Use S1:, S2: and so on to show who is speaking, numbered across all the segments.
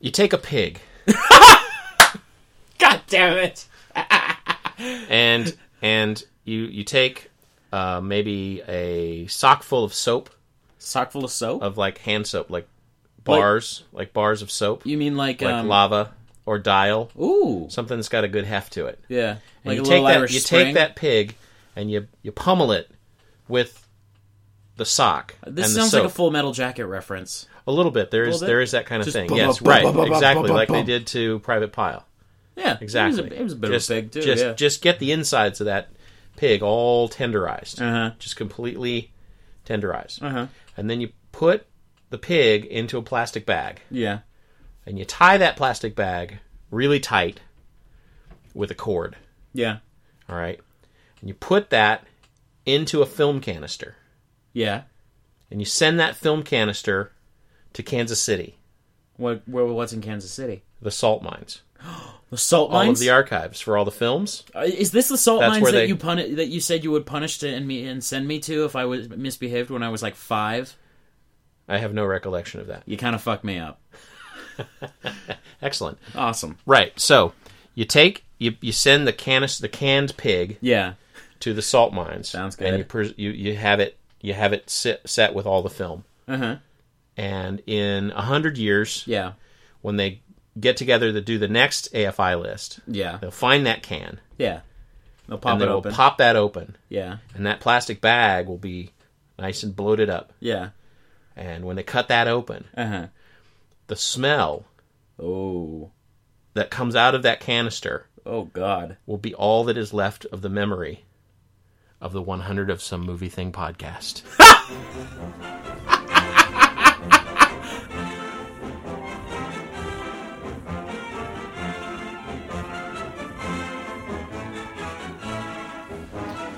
S1: You take a pig
S2: God damn it!
S1: and and you you take uh, maybe a sock full of soap
S2: Sock full of soap.
S1: of like hand soap, like bars, like, bars of soap,
S2: you mean like,
S1: like
S2: um?
S1: lava or dial,
S2: ooh,
S1: something that's got a good heft to it.
S2: yeah.
S1: And
S2: Like
S1: you
S2: a
S1: take
S2: little
S1: that,
S2: Irish
S1: you
S2: spring.
S1: take that pig, and you you pummel it with the sock.
S2: This
S1: and
S2: sounds
S1: the soap.
S2: like a Full Metal Jacket reference.
S1: a little bit. There is
S2: little bit?
S1: there is that kind of
S2: Just
S1: thing.
S2: bum,
S1: yes,
S2: bum, bum,
S1: right,
S2: bum, bum, bum,
S1: exactly,
S2: bum,
S1: like they
S2: bum.
S1: did to Private Pile.
S2: Yeah,
S1: Exactly.
S2: It was a, it was a bit
S1: just,
S2: of a pig too.
S1: Just
S2: yeah.
S1: just get the insides of that pig all tenderized,
S2: Uh-huh.
S1: just completely tenderized,
S2: Uh-huh.
S1: and then you put the pig into a plastic bag.
S2: yeah.
S1: and you tie that plastic bag really tight with a cord,
S2: Yeah.
S1: all right? And you put that into a film canister
S2: Yeah.
S1: and you send that film canister to Kansas City,
S2: What? Where? What's in Kansas City?
S1: the salt mines,
S2: The salt
S1: all of
S2: mines.
S1: the archives for all the films.
S2: Uh, Is this the salt
S1: That's
S2: mines
S1: where
S2: that
S1: they-
S2: you pun- that you said you would punish to and me and send me to if I was misbehaved when I was like five?
S1: I have no recollection of that.
S2: You kind of fucked me up.
S1: Excellent.
S2: Awesome.
S1: Right. So, you take you, you send the canis the canned pig
S2: Yeah.
S1: to the salt mines.
S2: Sounds
S1: And
S2: good.
S1: you pres you, you have it you have it sit, set with all the film.
S2: Uh huh.
S1: And in a hundred years,
S2: Yeah.
S1: when they get together to do the next AFI list,
S2: Yeah.
S1: they'll find that can
S2: Yeah. They'll pop
S1: and
S2: it
S1: they'll
S2: open.
S1: pop that open,
S2: yeah.
S1: and that plastic bag will be nice and bloated up.
S2: Yeah.
S1: And when they cut that open,
S2: Uh huh.
S1: the smell
S2: Oh.
S1: that comes out of that canister
S2: Oh God.
S1: will be all that is left of the memory of the 100 of some movie thing podcast.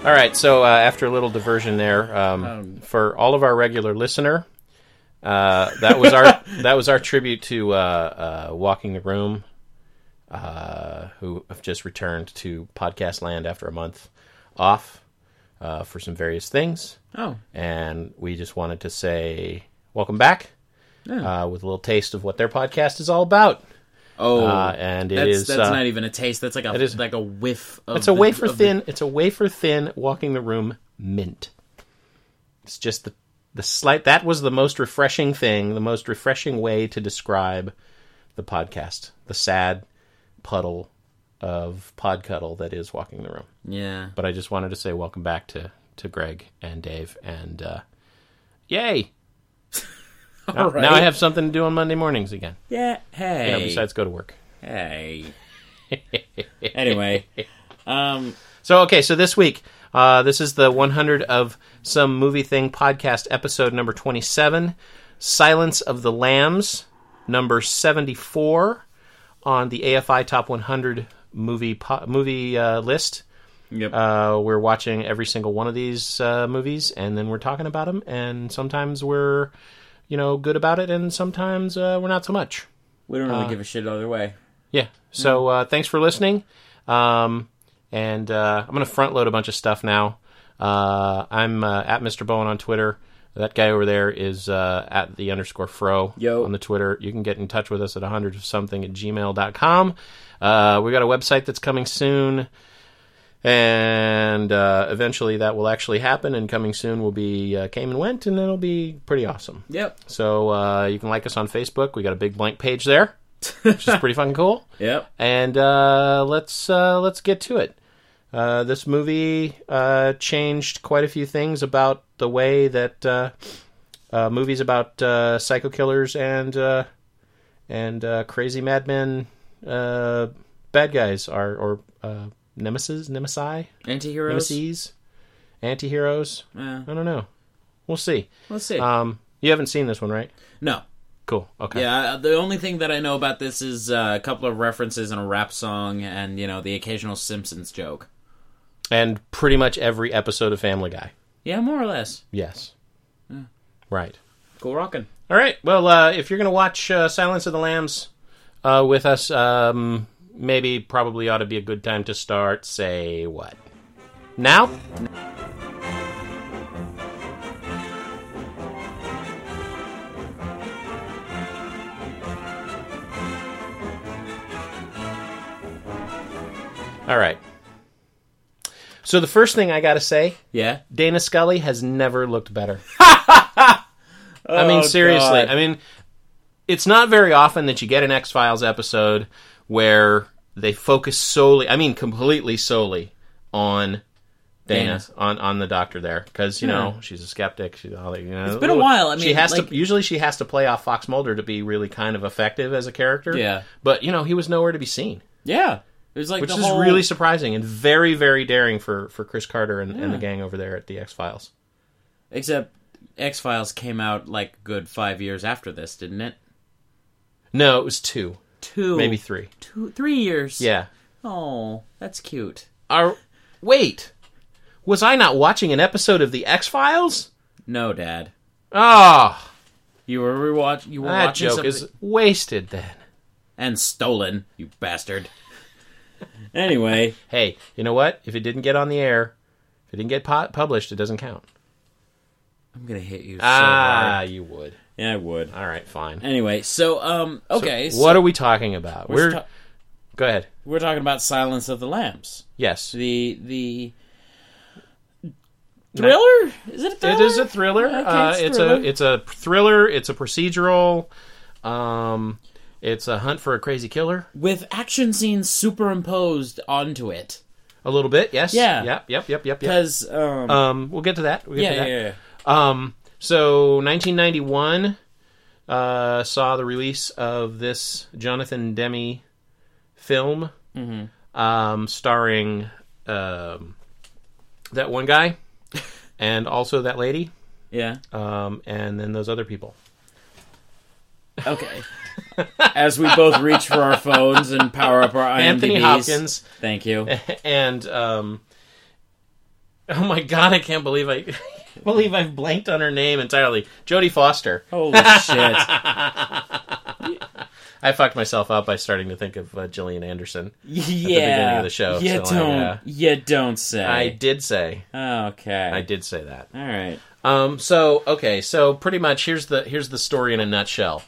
S1: All right, so uh, after a little diversion there, um, for all of our regular listener, uh, that was our that was our tribute to uh, uh, Walking the Room, uh, who have just returned to podcast land after a month off uh, for some various things,
S2: Oh.
S1: and we just wanted to say welcome back
S2: Yeah.
S1: uh, with a little taste of what their podcast is all about,
S2: Oh.
S1: uh, and it
S2: that's
S1: is
S2: that's
S1: uh,
S2: not even a taste. That's like a
S1: it is-
S2: like a whiff. of
S1: It's a
S2: the-
S1: wafer
S2: of the-
S1: thin. It's a wafer thin walking the room mint. It's just the the slight. That was the most refreshing thing. The most refreshing way to describe the podcast. The sad puddle of podcuddle that is walking the room.
S2: yeah.
S1: But I just wanted to say welcome back to to Greg and Dave and uh, yay. now,
S2: All right.
S1: now I have something to do on Monday mornings again.
S2: Yeah. Hey.
S1: You know, besides go to work.
S2: Hey. anyway. Um.
S1: So okay, so this week, uh, this is the 100 of some movie thing podcast episode number 27, Silence of the Lambs, number 74 on the AFI Top 100 movie po- movie uh, list.
S2: Yep.
S1: Uh, we're watching every single one of these uh, movies, and then we're talking about them. And sometimes we're, you know, good about it, and sometimes uh, we're not so much.
S2: we don't really
S1: uh,
S2: give a shit either way.
S1: Yeah. So uh, thanks for listening. Um, and uh, I'm going to front load a bunch of stuff now. Uh, I'm uh, at Mr. Bowen on Twitter. That guy over there is uh, at the underscore fro
S2: Yo.
S1: on the Twitter. You can get in touch with us at 100 of something at gmail.com. Uh, we got a website that's coming soon. And uh, eventually that will actually happen. And coming soon will be uh, Came and Went, and it'll be pretty awesome.
S2: Yep.
S1: So uh, you can like us on Facebook. We got a big blank page there, which is pretty fucking cool
S2: Yep.
S1: and uh, let's uh, let's get to it. Uh, this movie uh, changed quite a few things about the way that uh, uh, movies about uh, psycho killers and uh, and uh, crazy madmen uh, bad guys are or uh, nemesis nemesi
S2: Antiheroes.
S1: nemesis antiheroes.
S2: Yeah.
S1: I don't know. We'll see.
S2: Let's see.
S1: Um, you haven't seen this one, right?
S2: no.
S1: Cool. Okay.
S2: Yeah, I- the only thing that I know about this is uh, a couple of references in a rap song and, you know, the occasional Simpsons joke.
S1: And pretty much every episode of Family Guy.
S2: Yeah, more or less.
S1: Yes. Right.
S2: Cool rockin'.
S1: All right. Well, uh, if you're going to watch uh, Silence of the Lambs uh, with us, um, maybe probably ought to be a good time to start. Say what? Now? All right. So the first thing I got to say,
S2: Yeah.
S1: Dana Scully has never looked better. I mean,
S2: Oh,
S1: seriously.
S2: God.
S1: I mean, it's not very often that you get an X Files episode where they focus solely, I mean, completely solely on Dana,
S2: Dana. Hmm.
S1: on on the doctor there, because you know she's a skeptic. She's all that, you know. It's
S2: been a while, I
S1: she
S2: mean,
S1: has
S2: like-
S1: to usually she has to play off Fox Mulder to be really kind of effective as a character.
S2: Yeah.
S1: but you know he was nowhere to be seen.
S2: Yeah. It was like
S1: Which
S2: the
S1: is
S2: whole...
S1: really surprising and very, very daring for, for Chris Carter and, and the gang over there at the X Files.
S2: Except X Files came out like a good five years after this, didn't it?
S1: No, it was two,
S2: Two,
S1: maybe three.
S2: two, three years.
S1: Yeah.
S2: Oh, that's cute.
S1: Are wait, was I not watching an episode of the X Files?
S2: No, Dad,
S1: Ah,
S2: you were rewatch. You were
S1: that
S2: watching
S1: joke
S2: something
S1: is wasted. Then,
S2: and stolen. You bastard. anyway,
S1: hey, you know what? If it didn't get on the air, if it didn't get pu- published, it doesn't count.
S2: I'm gonna hit you. So
S1: Ah,
S2: hard.
S1: you would.
S2: yeah, I would.
S1: All right, fine.
S2: Anyway, so um, okay, so
S1: what are we talking about? We're,
S2: we're ta-
S1: go ahead.
S2: we're talking about Silence of the Lambs,
S1: Yes,
S2: the the thriller. Is it a thriller?
S1: It is a thriller.
S2: Okay,
S1: uh,
S2: it's
S1: it's
S2: thriller.
S1: a it's a thriller. It's a procedural. Um, it's a hunt for a crazy killer.
S2: with action scenes superimposed onto it.
S1: A little bit, yes.
S2: Yeah.
S1: Yep. Yep. Yep. Yep. Yep.
S2: Because um,
S1: Um, we'll get to that. We'll get
S2: yeah,
S1: to
S2: yeah,
S1: that.
S2: yeah,
S1: Um, so 1991 uh, saw the release of this Jonathan Demi film,
S2: Mm-hmm.
S1: um, starring um, that one guy and also that lady,
S2: yeah.
S1: um, and then those other people. Oh.
S2: Okay. As we both reach for our phones and power up our IMDb's.
S1: Anthony Hopkins
S2: Thank you.
S1: and um, oh my god, I can't believe I can't believe I've blanked on her name entirely. Jodie Foster.
S2: Holy shit.
S1: I fucked myself up by starting to think of uh, Gillian Anderson.
S2: Yeah.
S1: beginning of the show,
S2: You
S1: so I,
S2: don't.
S1: uh,
S2: you don't say.
S1: I did say,
S2: okay.
S1: I did say that.
S2: All right.
S1: Um, so okay, so pretty much here's the here's the story in a nutshell.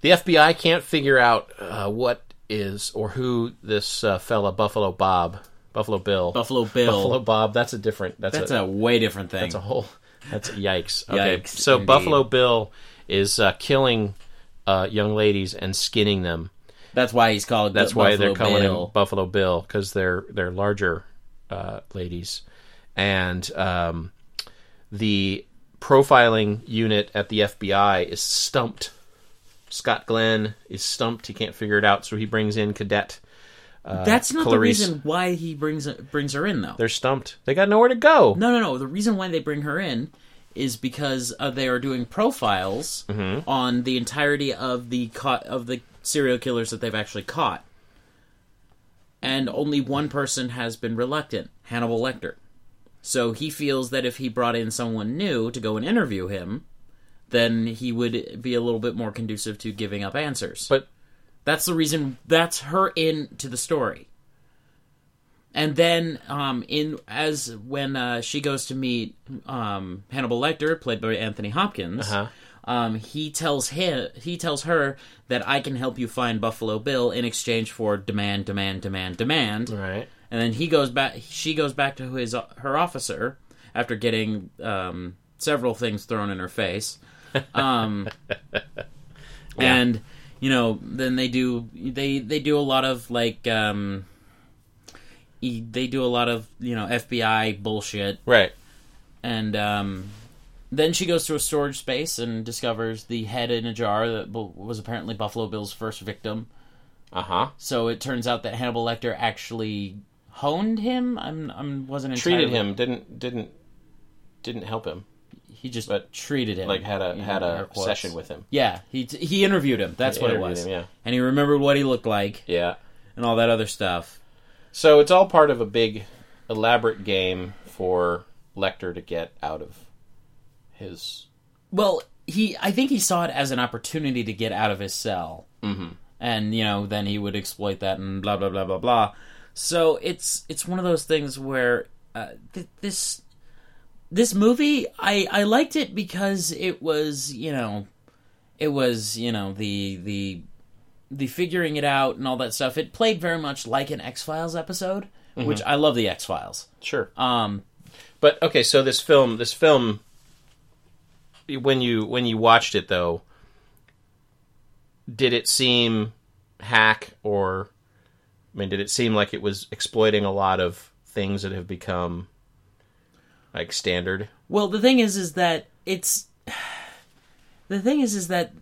S1: The FBI can't figure out uh, what is or who this uh, fella Buffalo Bob, Buffalo Bill,
S2: Buffalo Bill.
S1: Buffalo Bob. That's a different. That's,
S2: That's
S1: a,
S2: a way different thing.
S1: that's a whole. That's yikes. Okay,
S2: Yikes,
S1: so
S2: indeed.
S1: Buffalo Bill is uh, killing uh, young ladies and skinning them.
S2: that's why he's called.
S1: That's why they're
S2: Buffalo
S1: calling
S2: Bill.
S1: him Buffalo Bill because they're they're larger uh, ladies, and um, the profiling unit at the FBI is stumped. Scott Glenn is stumped. He can't figure it out, so he brings in Cadet.
S2: that's not
S1: uh, Clarice.
S2: the reason why he brings brings her in though.
S1: They're stumped. They got nowhere to go.
S2: No, no, no. The reason why they bring her in is because uh, they are doing profiles on the entirety of the caught of the serial killers that they've actually caught, and only one person has been reluctant: Hannibal Lecter. So he feels that if he brought in someone new to go and interview him, then he would be a little bit more conducive to giving up answers.
S1: But
S2: That's the reason. That's her in to the story. And then, um, in as when uh, she goes to meet um, Hannibal Lecter, played by Anthony Hopkins,
S1: Uh-huh.
S2: um, he tells him he tells her that I can help you find Buffalo Bill in exchange for demand, demand, demand, demand.
S1: right,
S2: And then he goes back. She goes back to his her officer after getting um, several things thrown in her face. Um, And you know, then they do they they do a lot of like um, e- they do a lot of you know FBI bullshit.
S1: right.
S2: And um, then she goes to a storage space and discovers the head in a jar that bu- was apparently Buffalo Bill's first victim.
S1: Uh huh.
S2: So it turns out that Hannibal Lecter actually honed him. I'm I'm wasn't entirely,
S1: Treated him. Didn't didn't didn't help him.
S2: He just
S1: but,
S2: treated him.
S1: Like had a
S2: you know,
S1: had
S2: air
S1: a
S2: quotes.
S1: session with him.
S2: Yeah, he t- he interviewed him. That's what it
S1: interviewed
S2: was.
S1: him, yeah.
S2: and he remembered what he looked like
S1: Yeah.
S2: and all that other stuff.
S1: So it's all part of a big, elaborate game for Lecter to get out of his.
S2: Well, he I think he saw it as an opportunity to get out of his cell, mm-hmm. and you know then he would exploit that and blah blah blah blah blah. So it's it's one of those things where uh, th- this this movie I I liked it because it was you know it was you know the the the figuring it out and all that stuff. It played very much like an X Files episode, which I love the X Files.
S1: Sure.
S2: Um,
S1: Uh, But okay, so this film, this film, when you when you watched it though, did it seem hack or? I mean, did it seem like it was exploiting a lot of things that have become like standard?
S2: Well, the thing is, is that it's the thing is, is that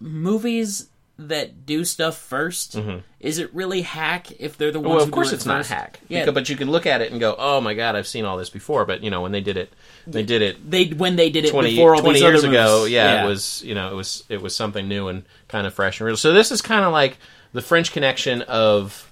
S2: movies that do stuff 1st is it really hack if they're the ones?
S1: Mm-hmm. Well,
S2: who
S1: of
S2: do
S1: course
S2: it
S1: it's not
S2: first?
S1: hack.
S2: Yeah,
S1: Because- but you can look at it and go, "Oh my god, I've seen all this before." But you know, when they did it, they did it
S2: they when they did it
S1: 20,
S2: before all
S1: 20
S2: these
S1: years
S2: other
S1: ago.
S2: movies.
S1: Yeah, it was you know it was it was something new and kind of fresh and real. So this is kind of like the French connection of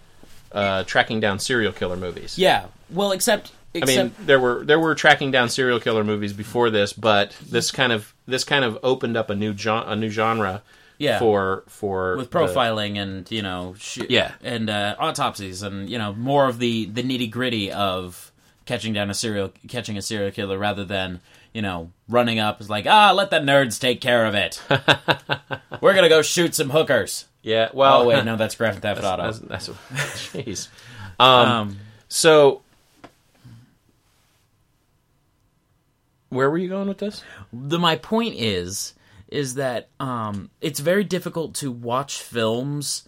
S1: uh, tracking down serial killer movies.
S2: Yeah, well, except
S1: I
S2: except
S1: mean, there were there were tracking down serial killer movies before this, but this kind of this kind of opened up a new gen- a new genre
S2: yeah,
S1: for for
S2: with
S1: the-
S2: profiling and you know sh-
S1: Yeah.
S2: and uh, autopsies and you know more of the the nitty gritty of catching down a serial catching a serial killer rather than you know running up is like ah let the nerds take care of it we're gonna go shoot some hookers
S1: yeah. Well,
S2: oh wait no that's Grand Theft Auto
S1: that's, that's jeez.
S2: um
S1: So. Where were you going with this?
S2: the my point is is that um it's very difficult to watch films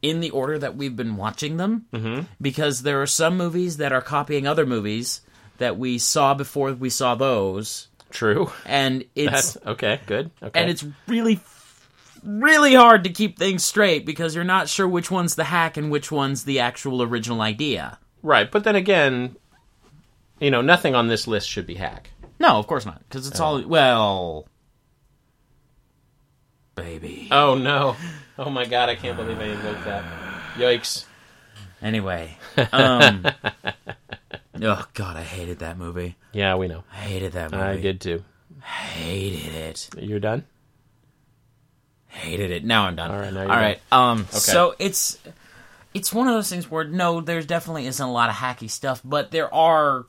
S2: in the order that we've been watching them because there are some movies that are copying other movies that we saw before we saw those
S1: True.
S2: and it's
S1: That's okay. Good. Okay.
S2: and it's really really hard to keep things straight because you're not sure which one's the hack and which one's the actual original idea
S1: Right, but then again, you know, nothing on this list should be hack.
S2: no of course not because it's all well baby
S1: Oh no. Oh my god, I can't believe I invoked that. Yikes.
S2: Anyway, um, oh god, I hated that movie.
S1: Yeah, we know.
S2: I hated that movie.
S1: I did too.
S2: Hated it.
S1: You're done?
S2: Hated it. Now I'm done. All
S1: right, now you're
S2: All right. Um. So it's it's one of those things where no, there's definitely isn't a lot of hacky stuff, but there are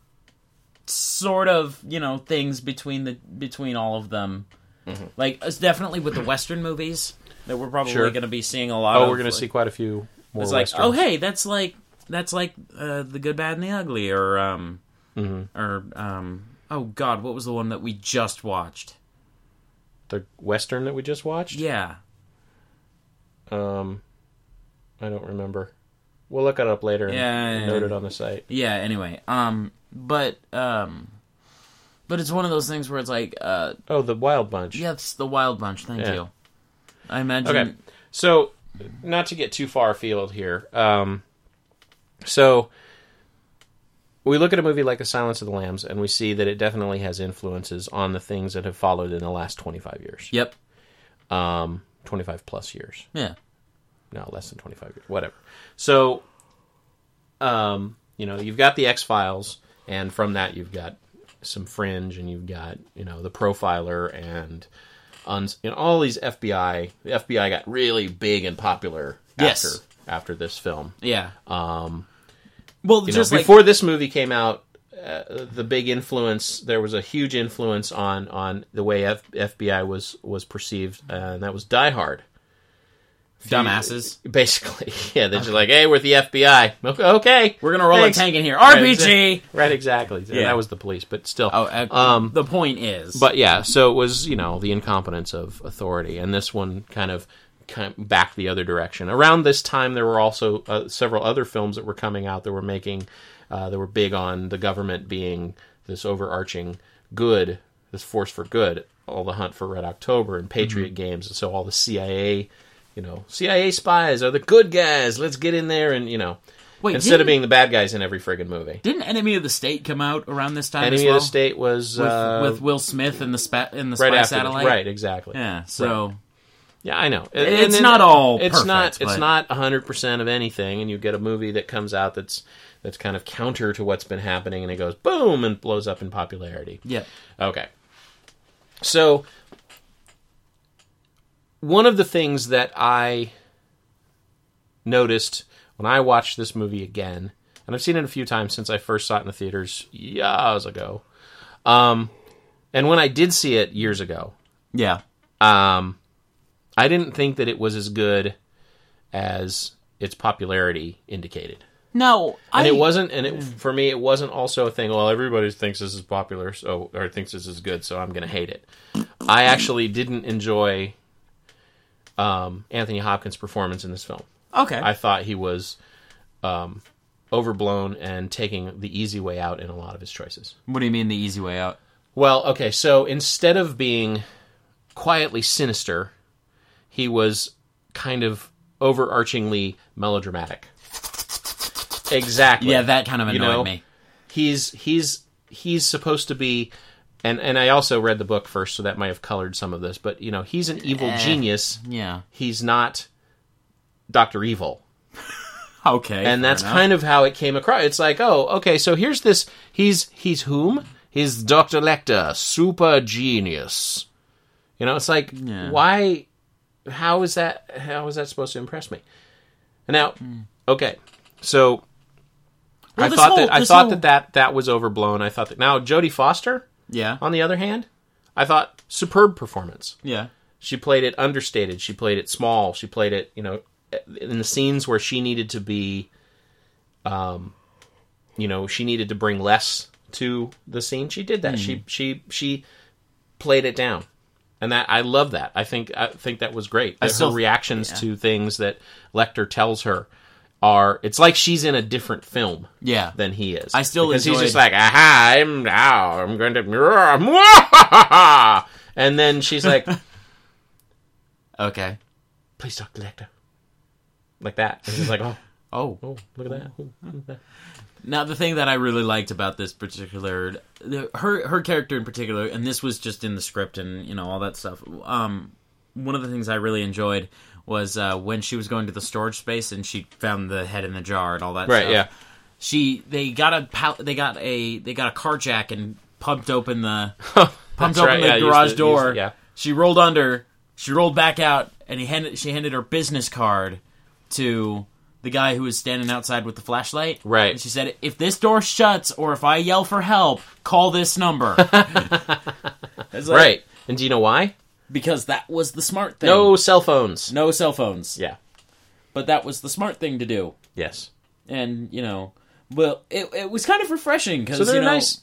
S2: sort of you know things between the between all of them.
S1: Mm-hmm.
S2: Like it's definitely with the Western movies that we're probably
S1: Sure.
S2: going to be seeing a lot.
S1: Oh,
S2: of,
S1: we're gonna
S2: like-
S1: see quite a few more
S2: It's like,
S1: westerns.
S2: oh hey, that's like that's like uh, the good, bad, and the ugly, or um,
S1: Mm-hmm.
S2: or um, oh god, what was the one that we just watched?
S1: The western that we just watched?
S2: Yeah,
S1: Um I don't remember. We'll look it up later and
S2: Yeah, yeah,
S1: note
S2: yeah.
S1: it on the site.
S2: yeah. Anyway, um, but um, but it's one of those things where it's like, uh,
S1: Oh, the Wild Bunch.
S2: yes, the Wild Bunch. Thank
S1: Yeah.
S2: you. I imagine.
S1: Okay. So, not to get too far afield here. Um, so, we look at a movie like The Silence of the Lambs, and we see that it definitely has influences on the things that have followed in the last 25 years.
S2: Yep.
S1: Um, 25 plus years.
S2: Yeah.
S1: No, less than 25 years. Whatever. So, um, you know, you've got The X Files, and from that, you've got some Fringe, and you've got, you know, The Profiler, and. Uns- you know, all these FBI, the FBI got really big and popular
S2: Yes.
S1: after after this film.
S2: Yeah. Um. Well,
S1: You know,
S2: just like
S1: before this movie came out, uh, the big influence there was a huge influence on on the way F- FBI was was perceived, uh, and that was Die Hard.
S2: dumbasses.
S1: Basically, yeah, they're just like, "Hey, we're the FBI. Okay, okay.
S2: We're gonna roll
S1: Thanks.
S2: a tank in here.
S1: Right,
S2: RPG.
S1: exa- Right, exactly.
S2: Yeah.
S1: Yeah. That was the police, but still.
S2: Oh, uh,
S1: Um,
S2: the point is,
S1: But yeah, so it was you know the incompetence of authority, and this one kind of kind of backed the other direction. Around this time, there were also uh, several other films that were coming out that were making uh, that were big on the government being this overarching good, this force for good. All the hunt for Red October and
S2: Mm-hmm.
S1: Patriot Games, and so all the CIA, you know, CIA spies are the good guys. Let's get in there and you know.
S2: Wait,
S1: Instead of
S2: didn't-
S1: being the bad guys in every friggin' movie,
S2: didn't Enemy of the State come out around this time? as
S1: Enemy
S2: well?
S1: of the State was
S2: with,
S1: uh,
S2: with Will Smith and the spa- in the
S1: right
S2: spy
S1: after,
S2: satellite.
S1: right? Exactly.
S2: Yeah. So
S1: Yeah, I know.
S2: it's not all
S1: It's
S2: perfect,
S1: not. It's
S2: but-
S1: not hundred percent of anything, and you get a movie that comes out that's that's kind of counter to what's been happening, and it goes boom and blows up in popularity.
S2: yeah.
S1: Okay. So one of the things that I noticed when I watched this movie again, and I've seen it a few times since I first saw it in the theaters years ago, um, and when I did see it years ago,
S2: Yeah.
S1: um, I didn't think that it was as good as its popularity indicated.
S2: No,
S1: And
S2: I
S1: it wasn't, and it for me, it wasn't also a thing. Well, everybody thinks this is popular, so or thinks this is good, so I'm going to hate it. I actually didn't enjoy um, Anthony Hopkins' performance in this film.
S2: okay.
S1: I thought he was um, overblown and taking the easy way out in a lot of his choices.
S2: what do you mean the easy way out?
S1: Well, okay, so instead of being quietly sinister, he was kind of overarchingly melodramatic. Exactly.
S2: Yeah, that kind of annoyed
S1: You know,
S2: me.
S1: He's he's he's supposed to be and and I also read the book first so that might have colored some of this, but you know, he's an evil
S2: Eh.
S1: genius.
S2: Yeah.
S1: He's not Dr. Evil
S2: Okay.
S1: and that's kind of how it came across. It's like, oh, okay, so here's this. He's he's whom? He's Doctor Lecter, super genius. You know, it's like, why? How is that? How is that supposed to impress me? And now, okay, so I
S2: Hmm. this
S1: thought
S2: whole-
S1: that I
S2: this
S1: thought
S2: whole-
S1: that, that that was overblown. I thought that now Jodie Foster,
S2: yeah.
S1: on the other hand, I thought superb performance.
S2: Yeah.
S1: She played it understated. She played it small. She played it, you know, in the scenes where she needed to be, um, you know, she needed to bring less to the scene. She did that.
S2: Hmm.
S1: She she she played it down, and that I love that. I think I think that was great. That
S2: still-
S1: her reactions to things that Lecter tells her are it's like she's in a different film
S2: Yeah.
S1: than he is.
S2: I still
S1: because he's
S2: enjoyed-
S1: just like, aha, I'm now, I'm going to, and then she's like,
S2: Okay.
S1: please, Doctor Lecter, like that. And he's like, oh,
S2: Oh.
S1: oh, look at that. Ooh, look at that.
S2: Now the thing that I really liked about this particular the- her her character in particular, and this was just in the script and you know all that stuff. Um, one of the things I really enjoyed was uh, when she was going to the storage space and she found the head in the jar and all that.
S1: Right,
S2: stuff.
S1: yeah.
S2: She they got a pal- they got a they got a car jack and pumped open the pumped
S1: That's
S2: open
S1: right,
S2: the
S1: yeah, used
S2: garage
S1: it-
S2: door.
S1: used it, yeah.
S2: She rolled under. She rolled back out, and he handed she handed her business card to the guy who was standing outside with the flashlight.
S1: Right.
S2: And she said, "If this door shuts, or if I yell for help, call this number." It's like-
S1: Right. And do you know why?
S2: Because that was the smart thing.
S1: Hmm. No cell phones.
S2: no cell phones.
S1: Yeah.
S2: But that was the smart thing to do,
S1: Yes.
S2: and you know, well, it it was kind of refreshing because
S1: So there
S2: you
S1: are
S2: know,
S1: nice.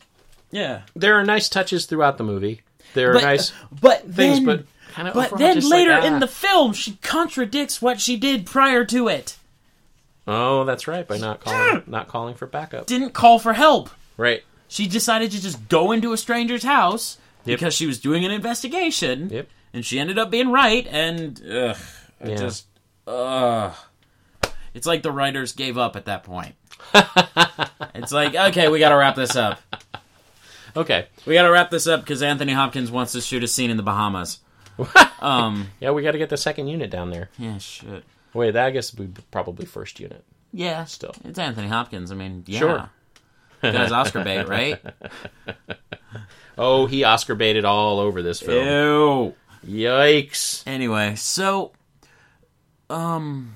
S2: yeah.
S1: There are nice touches throughout the movie. There are
S2: But
S1: nice
S2: but
S1: things,
S2: then,
S1: but kind of.
S2: But then later
S1: "Ah."
S2: in the film, she contradicts what she did prior to it.
S1: Oh, that's right. By not calling, not calling for backup.
S2: Didn't call for help.
S1: Right.
S2: She decided to just go into a stranger's house because she was doing an investigation.
S1: Yep.
S2: And she ended up being right. And ugh, I
S1: Yeah.
S2: just ugh. It's like the writers gave up at that point. it's like okay, we got to wrap this up.
S1: Okay.
S2: We got to wrap this up because Anthony Hopkins wants to shoot a scene in the Bahamas. um.
S1: Yeah, we got to get the second unit down there.
S2: Yeah. Shit.
S1: Wait, that I guess would be probably first unit.
S2: Yeah,
S1: Still.
S2: it's Anthony Hopkins. I mean, yeah,
S1: Sure.
S2: Guys, Oscar bait, right?
S1: Oh, he Oscar baited all over this film.
S2: Ew.
S1: Yikes.
S2: Anyway, so, um,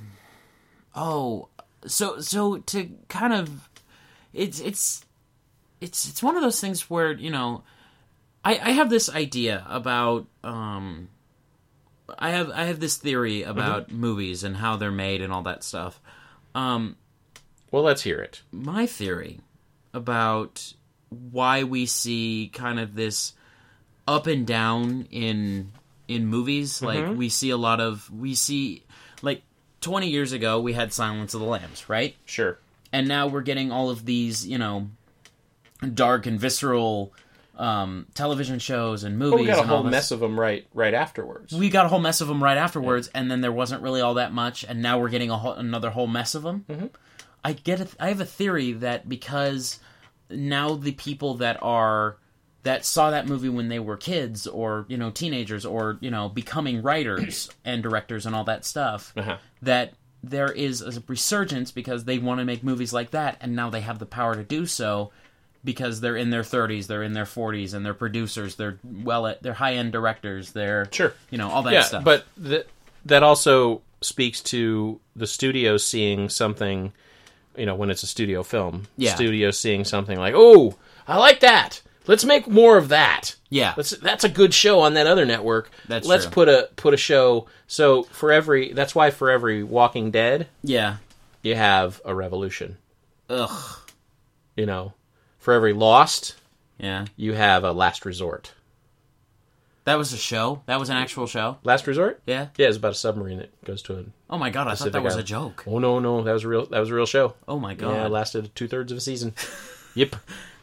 S2: oh, so so to kind of, it's it's it's it's one of those things where you know, I I have this idea about um. I have I have this theory about
S1: Mm-hmm.
S2: movies and how they're made and all that stuff. Um,
S1: Well, let's hear it.
S2: my theory about why we see kind of this up and down in in
S1: Mm-hmm.
S2: movies like we see a lot of we see like 20 years ago we had silence of the lambs right
S1: Sure.
S2: and now we're getting all of these you know dark and visceral um, television shows and movies
S1: Well, Oh, we got a
S2: and all
S1: whole
S2: this.
S1: mess of them right right afterwards.
S2: we got a whole mess of them right afterwards and then there wasn't really all that much and now we're getting a whole, another whole mess of them i get a, i have a theory that because now the people that are that saw that movie when they were kids or you know teenagers or you know becoming writers and directors and all that stuff that there is a resurgence because they want to make movies like that and now they have the power to do so because they're in their 30s they're in their 40s and they're producers they're well at they're high-end directors they're
S1: Sure.
S2: you know all that
S1: yeah,
S2: stuff
S1: but th- that also speaks to the studio seeing something, you know, when it's a studio film.
S2: Yeah.
S1: Studio seeing something like, oh, I like that. Let's make more of that.
S2: Yeah.
S1: Let's, that's a good show on that other network.
S2: That's
S1: Let's
S2: true.
S1: put a put a show. So for every that's why for every Walking Dead
S2: Yeah.
S1: you have a Revolution.
S2: Ugh.
S1: You know, for every Lost
S2: Yeah.
S1: you have a Last Resort.
S2: That was a show. That was an actual show.
S1: Last Resort?
S2: Yeah.
S1: Yeah, it's about a submarine that goes to an.
S2: Oh my god, I
S1: Pacific
S2: thought that was a
S1: Island.
S2: joke.
S1: Oh no, no, that was a real. That was a real show.
S2: Oh my god.
S1: Yeah, it lasted two thirds of a season. yep,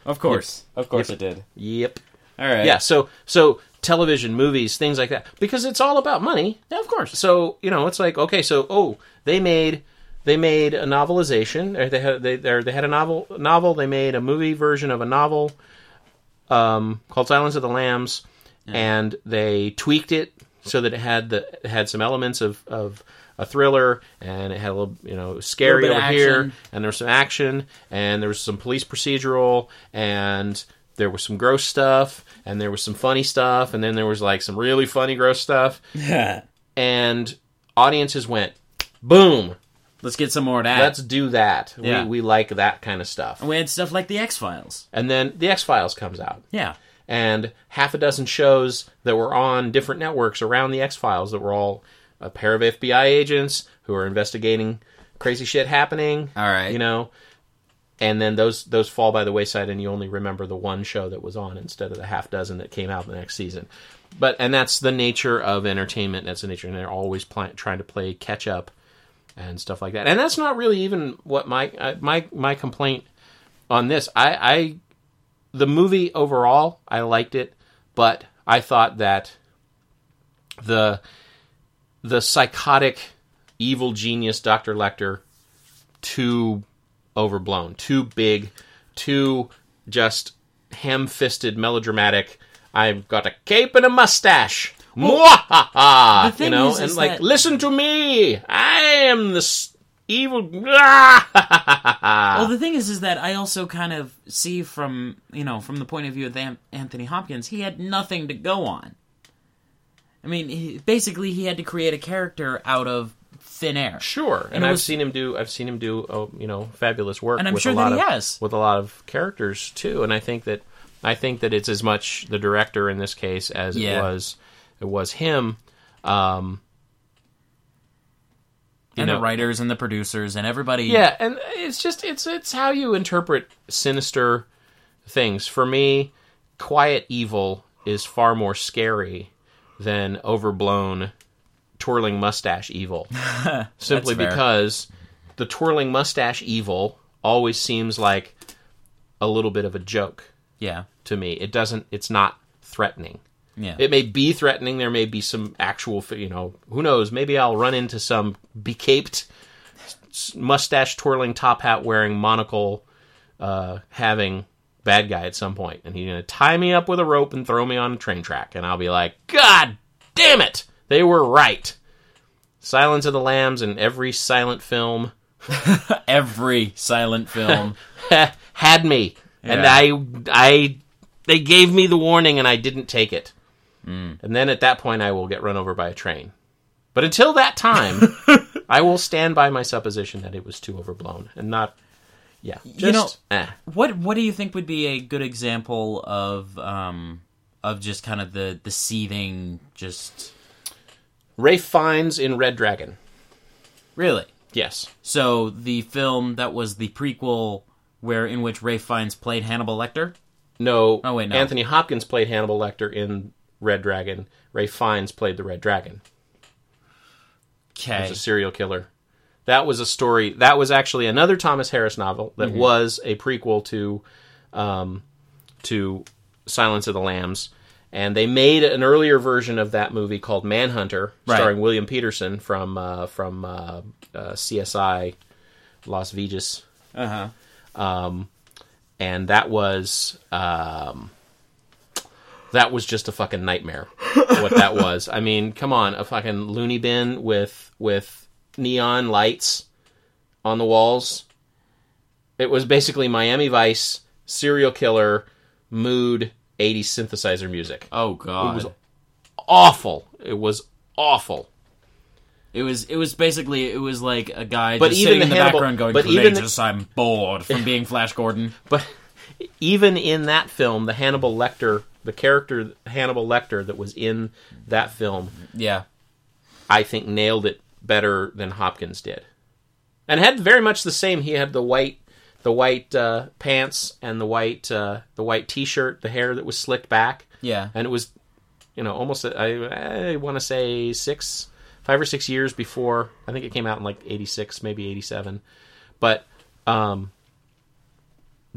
S2: Of course. Of course it did.
S1: yep.
S2: All right.
S1: Yeah, so so television, movies, things like that, because it's all about money.
S2: Yeah, of course.
S1: So you know, it's like okay, so oh, they made they made a novelization, or they had they or they had a novel novel. They made a movie version of a novel um, called Silence of the Lambs, and they tweaked it so that it had the it had some elements of of a thriller, and it had a little you know scary
S2: Little bit
S1: over
S2: of
S1: here,
S2: action.
S1: and there was some action, and there was some police procedural, and there was some gross stuff, and there was some funny stuff, and then there was like some really funny gross stuff, and audiences went, boom,
S2: Let's get some more of that.
S1: let's do that.
S2: Yeah.
S1: We, we like that kind of stuff.
S2: we had stuff like the X Files.
S1: And then The X Files comes out,
S2: Yeah.
S1: and half a dozen shows that were on different networks around The X Files that were all a pair of FBI agents who are investigating crazy shit happening.
S2: All right.
S1: You know, and then those those fall by the wayside and you only remember the one show that was on instead of the half dozen that came out the next season but and that's the nature of entertainment that's the nature and they're always pl- trying to play catch up and stuff like that and that's not really even what my uh, my my complaint on this i i the movie overall i liked it but i thought that the the psychotic evil genius dr lecter too overblown, too big, too just ham fisted melodramatic. I've got a cape and a mustache. Mwahaha!
S2: thing
S1: You know,
S2: is-
S1: and
S2: is
S1: like,
S2: that-
S1: listen to me! I am this evil. Ah!
S2: Well, the thing is, is that I also kind of see from you know from the point of view of Am- Anthony Hopkins, he had nothing to go on. I mean, he, basically, he had to create a character out of thin air.
S1: sure, and
S2: it
S1: I've
S2: was-
S1: seen him do. I've seen him do, oh, you know, fabulous work.
S2: And I'm
S1: with
S2: sure
S1: a
S2: that
S1: lot
S2: he
S1: of,
S2: has.
S1: with a lot of characters too. And I think that I think that it's as much the director in this case as
S2: Yeah.
S1: it was it was him.
S2: And
S1: You
S2: the
S1: know-
S2: writers and the producers and everybody.
S1: Yeah, and it's just it's it's how you interpret sinister things. For me, quiet evil is far more scary than overblown twirling mustache evil. Simply
S2: fair.
S1: because the twirling mustache evil always seems like a little bit of a joke
S2: yeah,
S1: to me. It doesn't it's not threatening.
S2: yeah.
S1: It may be threatening. There may be some actual, fi- you know, who knows? Maybe I'll run into some becaped, mustache twirling, top hat wearing, monocle uh, having bad guy at some point, and he's going to tie me up with a rope and throw me on a train track, and I'll be like, God damn it! They were right. Silence of the Lambs and every silent film
S2: Every silent film.
S1: had me, and I, I, they gave me the warning, and I didn't take it.
S2: Mm.
S1: And then at that point, I will get run over by a train. But until that time, I will stand by my supposition that it was too overblown and not, yeah, just eh.
S2: what What do you think would be a good example of um of just kind of the the seething just
S1: Rafe Fiennes in Red Dragon.
S2: really
S1: Yes,
S2: So the film that was the prequel where in which Ray Fiennes played Hannibal Lecter.
S1: no.
S2: Oh, wait, no.
S1: Anthony Hopkins played Hannibal Lecter in Red Dragon. Rafe Fiennes played the Red Dragon.
S2: Okay.
S1: a serial killer. That was a story. That was actually another Thomas Harris novel that
S2: Mm-hmm.
S1: was a prequel to, um, to Silence of the Lambs, and they made an earlier version of that movie called Manhunter,
S2: Right.
S1: starring William Peterson from uh, from uh, uh, CSI Las Vegas, Um,
S2: Uh huh.
S1: and that was um, that was just a fucking nightmare. what that was. I mean, come on, a fucking loony bin with with neon lights on the walls. It was basically Miami Vice serial killer mood 80s synthesizer music.
S2: Oh god. It was,
S1: Awful. It was awful.
S2: it was basically it was like a guy
S1: But
S2: just
S1: even
S2: sitting in
S1: the
S2: the
S1: Hannibal-
S2: background going
S1: but
S2: "Courageous,
S1: even the-
S2: I'm bored from being Flash Gordon.
S1: But even in that film, the Hannibal Lecter, the character Hannibal Lecter that was in that film,
S2: Yeah.
S1: I think nailed it better than Hopkins did, and had very much the same. He had the white, the white uh, pants and the white, uh, the white T-shirt, the hair that was slicked back,
S2: Yeah.
S1: and it was, you know, almost I, I want to say six, five or six years before. I think it came out in like '86, maybe '87, but um,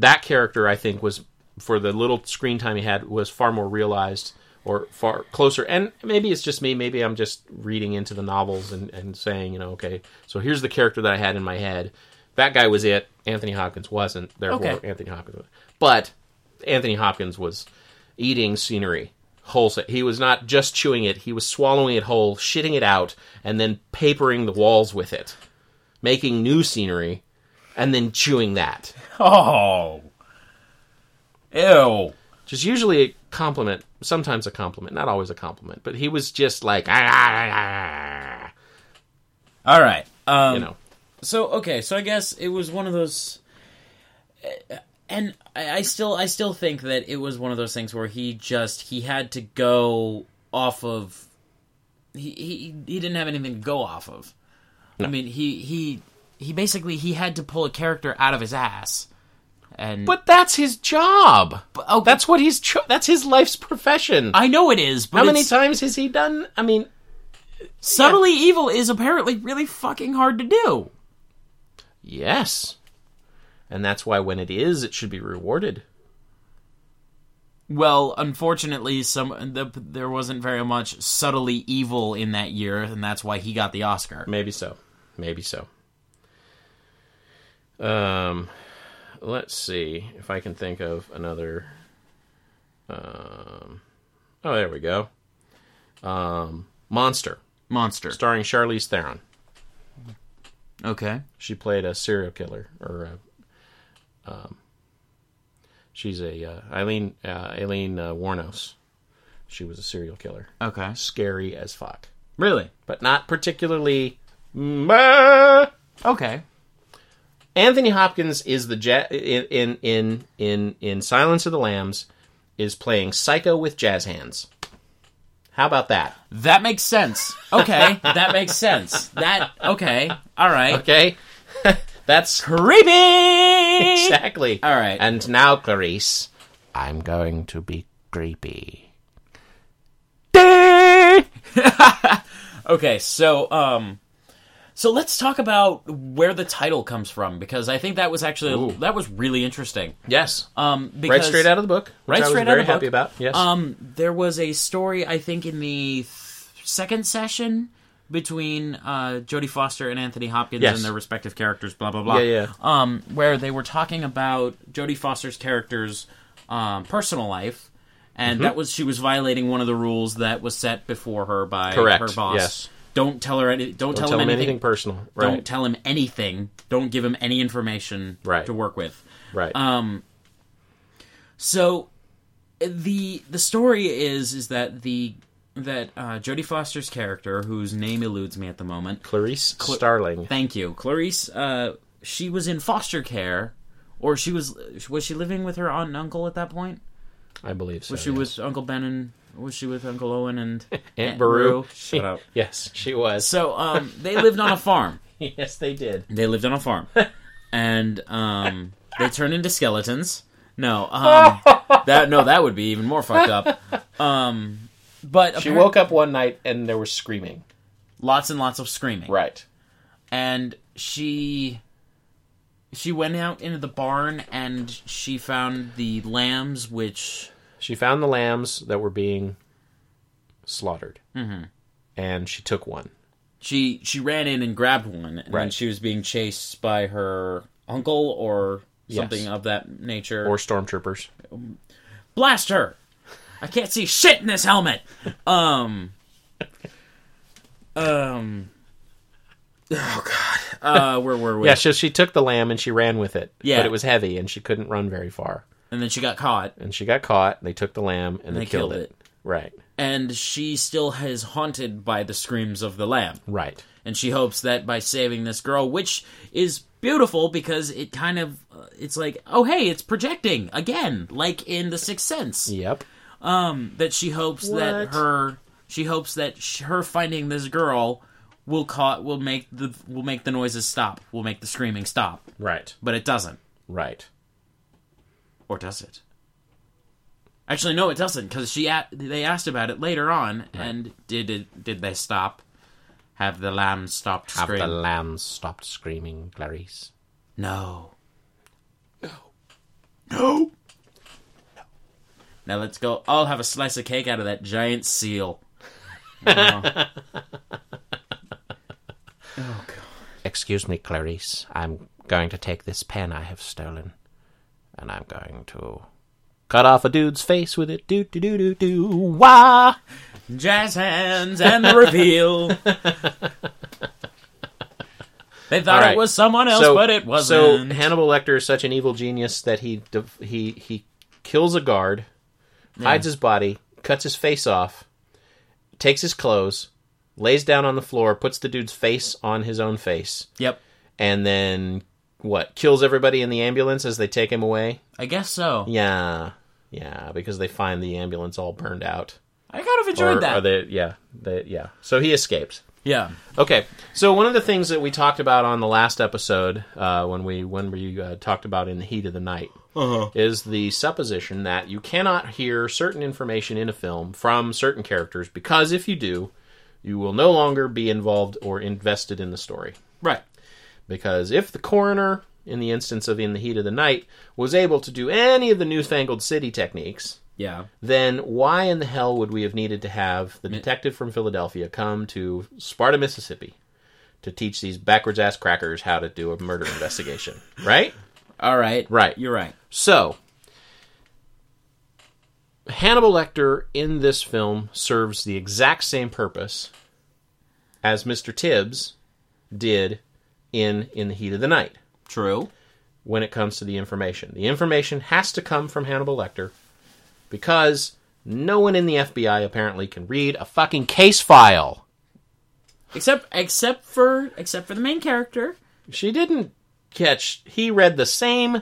S1: that character I think was for the little screen time he had was far more realized or far closer. And maybe it's just me. Maybe I'm just reading into the novels and, and saying, you know, okay, so here's the character that I had in my head. That guy was it. Anthony Hopkins wasn't. Therefore,
S2: Okay.
S1: Anthony Hopkins. But Anthony Hopkins was eating scenery wholesale. He was not just chewing it. He was swallowing it whole, shitting it out, and then papering the walls with it, making new scenery, and then chewing that.
S2: Oh. Ew.
S1: which is usually a compliment, sometimes a compliment, not always a compliment, but he was just like, "Ah, ah, ah, ah,"
S2: All right. Um,
S1: you know,
S2: So okay, so I guess it was one of those, and I, I still I still think that it was one of those things where he just he had to go off of, he he, he didn't have anything to go off of. I mean he he he basically he had to pull a character out of his ass, and
S1: but that's his job.
S2: oh,
S1: That's what he's. Cho- that's his life's profession.
S2: I know it is. But
S1: How many
S2: it's-
S1: times has he done? I mean,
S2: subtly evil is apparently really fucking hard to do.
S1: yes, and that's why when it is, it should be rewarded.
S2: Well, unfortunately, some the, there wasn't very much subtly evil in that year, and that's why he got the Oscar.
S1: Maybe so. Maybe so. Um, let's see if I can think of another. Um, oh, there we go. Um, Monster,
S2: Monster.
S1: starring Charlize Theron.
S2: Okay.
S1: She played a serial killer, or a, um, she's a uh, Eileen uh, Eileen uh, Warnos. She was a serial killer,
S2: Okay.
S1: scary as fuck,
S2: Really?
S1: but not particularly. mm, ah, Meh.
S2: Okay.
S1: Anthony Hopkins is the ja- in, in in in in Silence of the Lambs is playing Psycho with jazz hands. How about that?
S2: That makes sense. Okay, that makes sense. That okay. All right.
S1: Okay, that's
S2: Creepy.
S1: exactly
S2: All right.
S1: And now, Clarice, I'm going to be creepy.
S2: Okay, so um so let's talk about where the title comes from because I think that was actually
S1: Ooh.
S2: that was really interesting.
S1: Yes,
S2: Um
S1: right
S2: because
S1: straight out of the book. Which I
S2: Right
S1: was
S2: straight out
S1: very
S2: of the
S1: happy about.
S2: book.
S1: Yes,
S2: Um, there was a story I think in the th- second session between uh, Jodie Foster and Anthony Hopkins
S1: Yes.
S2: and their respective characters. Blah blah blah.
S1: Yeah, yeah.
S2: Um, where they were talking about Jodie Foster's character's um, personal life, and
S1: Mm-hmm.
S2: that was she was violating one of the rules that was set before her by
S1: Correct,
S2: her boss.
S1: yes.
S2: Don't tell her any. Don't,
S1: don't
S2: tell,
S1: tell
S2: him
S1: him
S2: anything.
S1: anything personal.
S2: don't
S1: Right,
S2: tell him anything. Don't give him any information
S1: Right.
S2: to work with.
S1: right.
S2: um, So the the story is is that the that uh, Jodie Foster's character, whose name eludes me at the moment,
S1: Clarice Starling.
S2: thank you, Clarice. Uh, she was in foster care, or she was was she living with her aunt and uncle at that point?
S1: I believe so.
S2: Was she
S1: Oh, yes.
S2: with Uncle Ben and was she with Uncle Owen and
S1: Aunt Beru.
S2: Shut up.
S1: Yes, she was.
S2: So um, they lived on a farm.
S1: yes, they did.
S2: They lived on a farm, and um, they turned into skeletons. No, um, that no, that would be even more fucked up. Um, but
S1: She
S2: appar-
S1: woke up one night and there was screaming.
S2: lots and lots of screaming,
S1: Right.
S2: and she she went out into the barn and she found the lambs, which
S1: She found the lambs that were being slaughtered. Mm-hmm. And she took one.
S2: she she ran in and grabbed one, and then
S1: Right.
S2: she was being chased by her uncle or something
S1: Yes.
S2: of that nature,
S1: Or stormtroopers.
S2: blast her i can't see shit in this helmet um um oh god uh where were we
S1: Yeah, so she took the lamb and she ran with it.
S2: Yeah.
S1: But it was heavy and she couldn't run very far.
S2: and then she got caught
S1: And she got caught. They took the lamb and they,
S2: they killed it
S1: Right.
S2: and she still is haunted by the screams of the lamb.
S1: Right.
S2: And she hopes that by saving this girl, which is beautiful because it kind of uh, it's like, oh hey, it's projecting again, like in The Sixth Sense.
S1: Yep.
S2: Um, that she hopes that
S1: What?
S2: her she hopes that sh- her finding this girl will caught will make the will make the noises stop, will make the screaming stop,
S1: Right.
S2: but it doesn't.
S1: Right.
S2: Or does it? Actually, no, it doesn't, because she a- they asked about it later on, and did it, did they stop? Have the lamb stopped
S1: Have
S2: screaming?
S1: the lambs stopped screaming, Clarice?
S2: no. No. No. Now let's go. I'll have a slice of cake out of that giant seal. oh. oh god.
S1: Excuse me, Clarice. I'm going to take this pen I have stolen, and I'm going to cut off a dude's face with it. Do do do do do. Wah!
S2: Jazz hands and the reveal. they thought
S1: All right.
S2: it was someone else, but it wasn't.
S1: So Hannibal Lecter is such an evil genius that he def- he he kills a guard, hides his body, cuts his face off, takes his clothes, lays down on the floor, puts the dude's face on his own face,
S2: yep.
S1: and then what? Kills everybody in the ambulance as they take him away.
S2: I guess so.
S1: Yeah, yeah, because they find the ambulance all burned out.
S2: I kind of enjoyed
S1: Or-
S2: that.
S1: or they- yeah, they- yeah. So he escapes.
S2: yeah.
S1: Okay, so one of the things that we talked about on the last episode, uh, when we when we uh, talked about in the heat of the night, is the supposition that you cannot hear certain information in a film from certain characters because if you do, you will no longer be involved or invested in the story.
S2: Right.
S1: Because if the coroner, in the instance of in the heat of the night, was able to do any of the newfangled city techniques,
S2: Yeah.
S1: then why in the hell would we have needed to have the detective from Philadelphia come to Sparta, Mississippi to teach these backwards ass crackers how to do a murder investigation? Right?
S2: All right.
S1: Right.
S2: You're right.
S1: So, Hannibal Lecter in this film serves the exact same purpose as Mr. Tibbs did in In the Heat of the Night
S2: True.
S1: when it comes to the information. The information has to come from Hannibal Lecter because no one in the FBI apparently can read a fucking case file.
S2: Except except for except for the main character.
S1: She didn't catch he read the same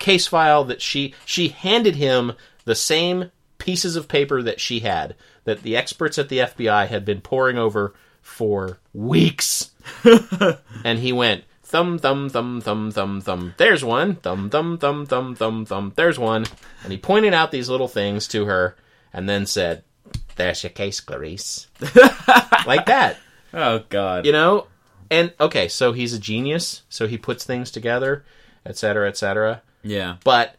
S1: case file that she she handed him the same pieces of paper that she had that the experts at the FBI had been poring over for weeks. and he went thumb thumb thumb thumb thumb thumb there's one thumb thumb thumb thumb thumb thumb there's one and he pointed out these little things to her and then said there's your case clarice like that
S2: Oh God.
S1: you know and okay so he's a genius so he puts things together etc cetera, etc cetera.
S2: Yeah.
S1: but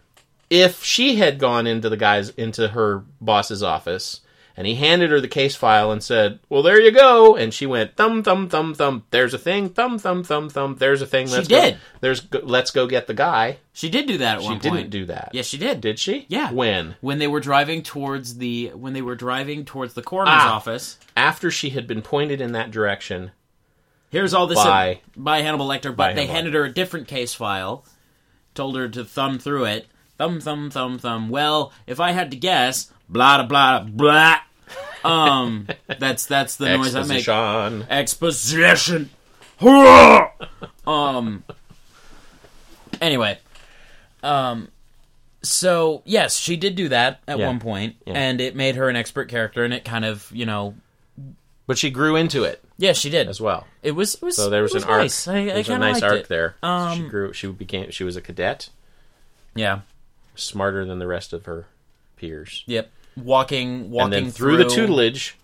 S1: if she had gone into the guys into her boss's office and he handed her the case file and said well there you go and she went thumb thumb thumb thumb there's a thing thumb thumb thumb thumb there's a thing let's
S2: did.
S1: go there's go, let's go get the guy
S2: She did do that at
S1: she
S2: one
S1: didn't
S2: point.
S1: do that
S2: Yes, she did.
S1: did she
S2: Yeah.
S1: when
S2: When they were driving towards the when they were driving towards the coroner's
S1: Ah.
S2: office.
S1: after she had been pointed in that direction
S2: Here's all this
S1: By-
S2: by Hannibal Lecter, but
S1: by
S2: they
S1: Hannibal
S2: handed her a different case file, told her to thumb through it. Thumb, thumb, thumb, thumb. Well, if I had to guess, blah, da, blah, da, blah. Um, that's that's the noise I make.
S1: exposition
S2: Exposition. Hurrah! um. Anyway, um, so yes, she did do that at
S1: Yeah.
S2: one point, and it made her an expert character, and it kind of you know,
S1: but she grew into it
S2: yeah, she did.
S1: as well
S2: It was it was
S1: So there was,
S2: it was
S1: an arc.
S2: nice. I,
S1: there
S2: I
S1: was a
S2: kind of
S1: nice
S2: liked
S1: arc
S2: it.
S1: there. she
S2: Um,
S1: grew. She became. She was a cadet,
S2: Yeah.
S1: smarter than the rest of her peers,
S2: Yep. Walking, walking
S1: and then through, the tutelage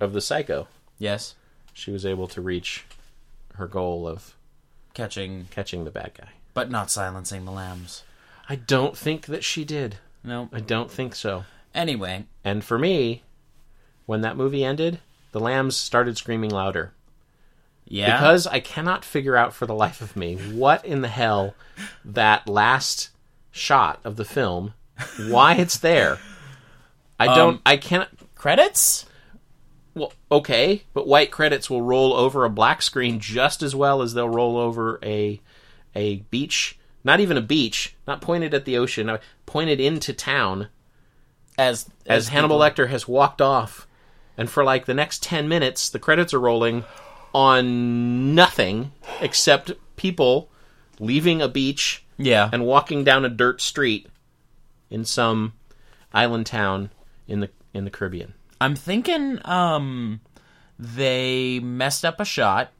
S1: of the psycho,
S2: Yes.
S1: she was able to reach her goal of
S2: Catching,
S1: catching the bad guy.
S2: but not silencing the lambs.
S1: I don't think that she did.
S2: No.
S1: I don't think so.
S2: Anyway.
S1: And for me, when that movie ended, the lambs started screaming louder
S2: Yeah.
S1: because I cannot figure out for the life of me what in the hell that last shot of the film why it's there. I don't I can't
S2: credits?
S1: well okay, but white credits will roll over a black screen just as well as they'll roll over a a beach, not even a beach, not pointed at the ocean, uh, pointed into town
S2: as
S1: as Hannibal Lecter has walked off, and for like the next ten minutes, the credits are rolling on nothing except people leaving a beach
S2: Yeah.
S1: and walking down a dirt street in some island town in the in the Caribbean.
S2: I'm thinking um they messed up a shot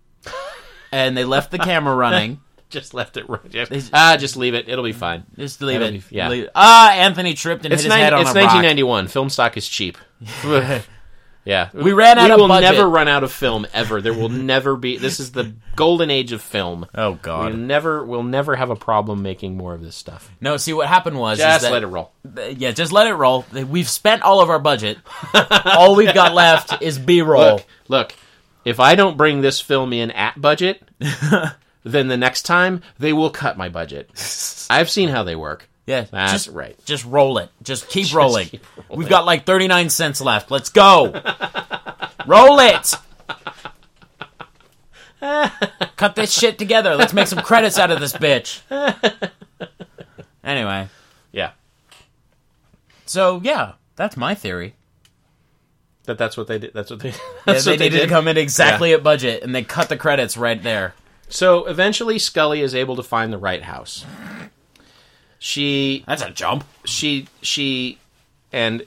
S2: and they left the camera running.
S1: Just left it. run- Just, ah, just leave it. It'll be fine.
S2: Just leave
S1: That'll
S2: it.
S1: be- yeah.
S2: Leave- Ah, Anthony tripped and
S1: It's,
S2: hit his
S1: nine-
S2: head on
S1: it's
S2: a rock.
S1: 1991. Film stock is cheap. yeah, we
S2: ran out
S1: We
S2: of
S1: will
S2: budget.
S1: never run out of film ever. There will never be. This is the golden age of film.
S2: Oh
S1: We'll
S2: god.
S1: never, we'll never have a problem making more of this stuff.
S2: No, see what happened was is
S1: Just
S2: that-
S1: let it roll.
S2: th- yeah, just let it roll. We've spent all of our budget. all we've got left is B-roll.
S1: Look, look, if I don't bring this film in at budget, then the next time they will cut my budget. I've seen how they work.
S2: yeah.
S1: That's
S2: just
S1: right.
S2: just roll it. Just keep rolling.
S1: keep
S2: We've got like 39 cents left. Let's go. roll it. Cut this shit together. Let's make some credits out of this bitch. Anyway,
S1: Yeah,
S2: so yeah, that's my theory.
S1: that that's what they did. That's what they. That's
S2: Yeah,
S1: what
S2: they needed
S1: did.
S2: to come in exactly at budget, and they cut the credits right there.
S1: So eventually, Scully is able to find the right house. She
S2: That's a jump.
S1: she she and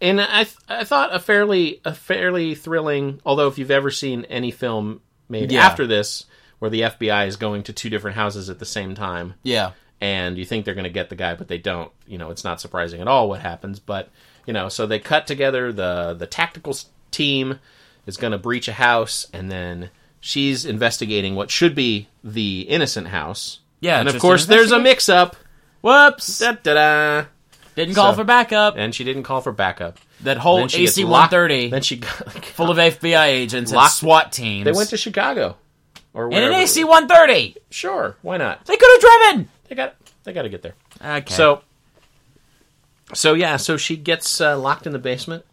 S1: and I th- I thought a fairly a fairly thrilling although if you've ever seen any film made
S2: Yeah.
S1: after this where the FBI is going to two different houses at the same time
S2: Yeah.
S1: and you think they're going to get the guy but they don't you know it's not surprising at all what happens but you know so they cut together the the tactical s- team is going to breach a house and then she's investigating what should be the innocent house
S2: Yeah,
S1: and of
S2: just
S1: course
S2: an
S1: there's a
S2: investigation.
S1: mix up
S2: Whoops!
S1: da da da
S2: Didn't call
S1: So-
S2: for backup.
S1: and she didn't call for backup.
S2: That whole
S1: Then she gets
S2: AC
S1: locked-
S2: 130
S1: Then she got.
S2: full of FBI agents and
S1: Locked-
S2: SWAT teams.
S1: they went to Chicago, or
S2: in
S1: wherever.
S2: an AC 130.
S1: Sure, why not?
S2: They could have driven.
S1: They got. They got to get there.
S2: Okay.
S1: So. So yeah, so she gets uh, locked in the basement,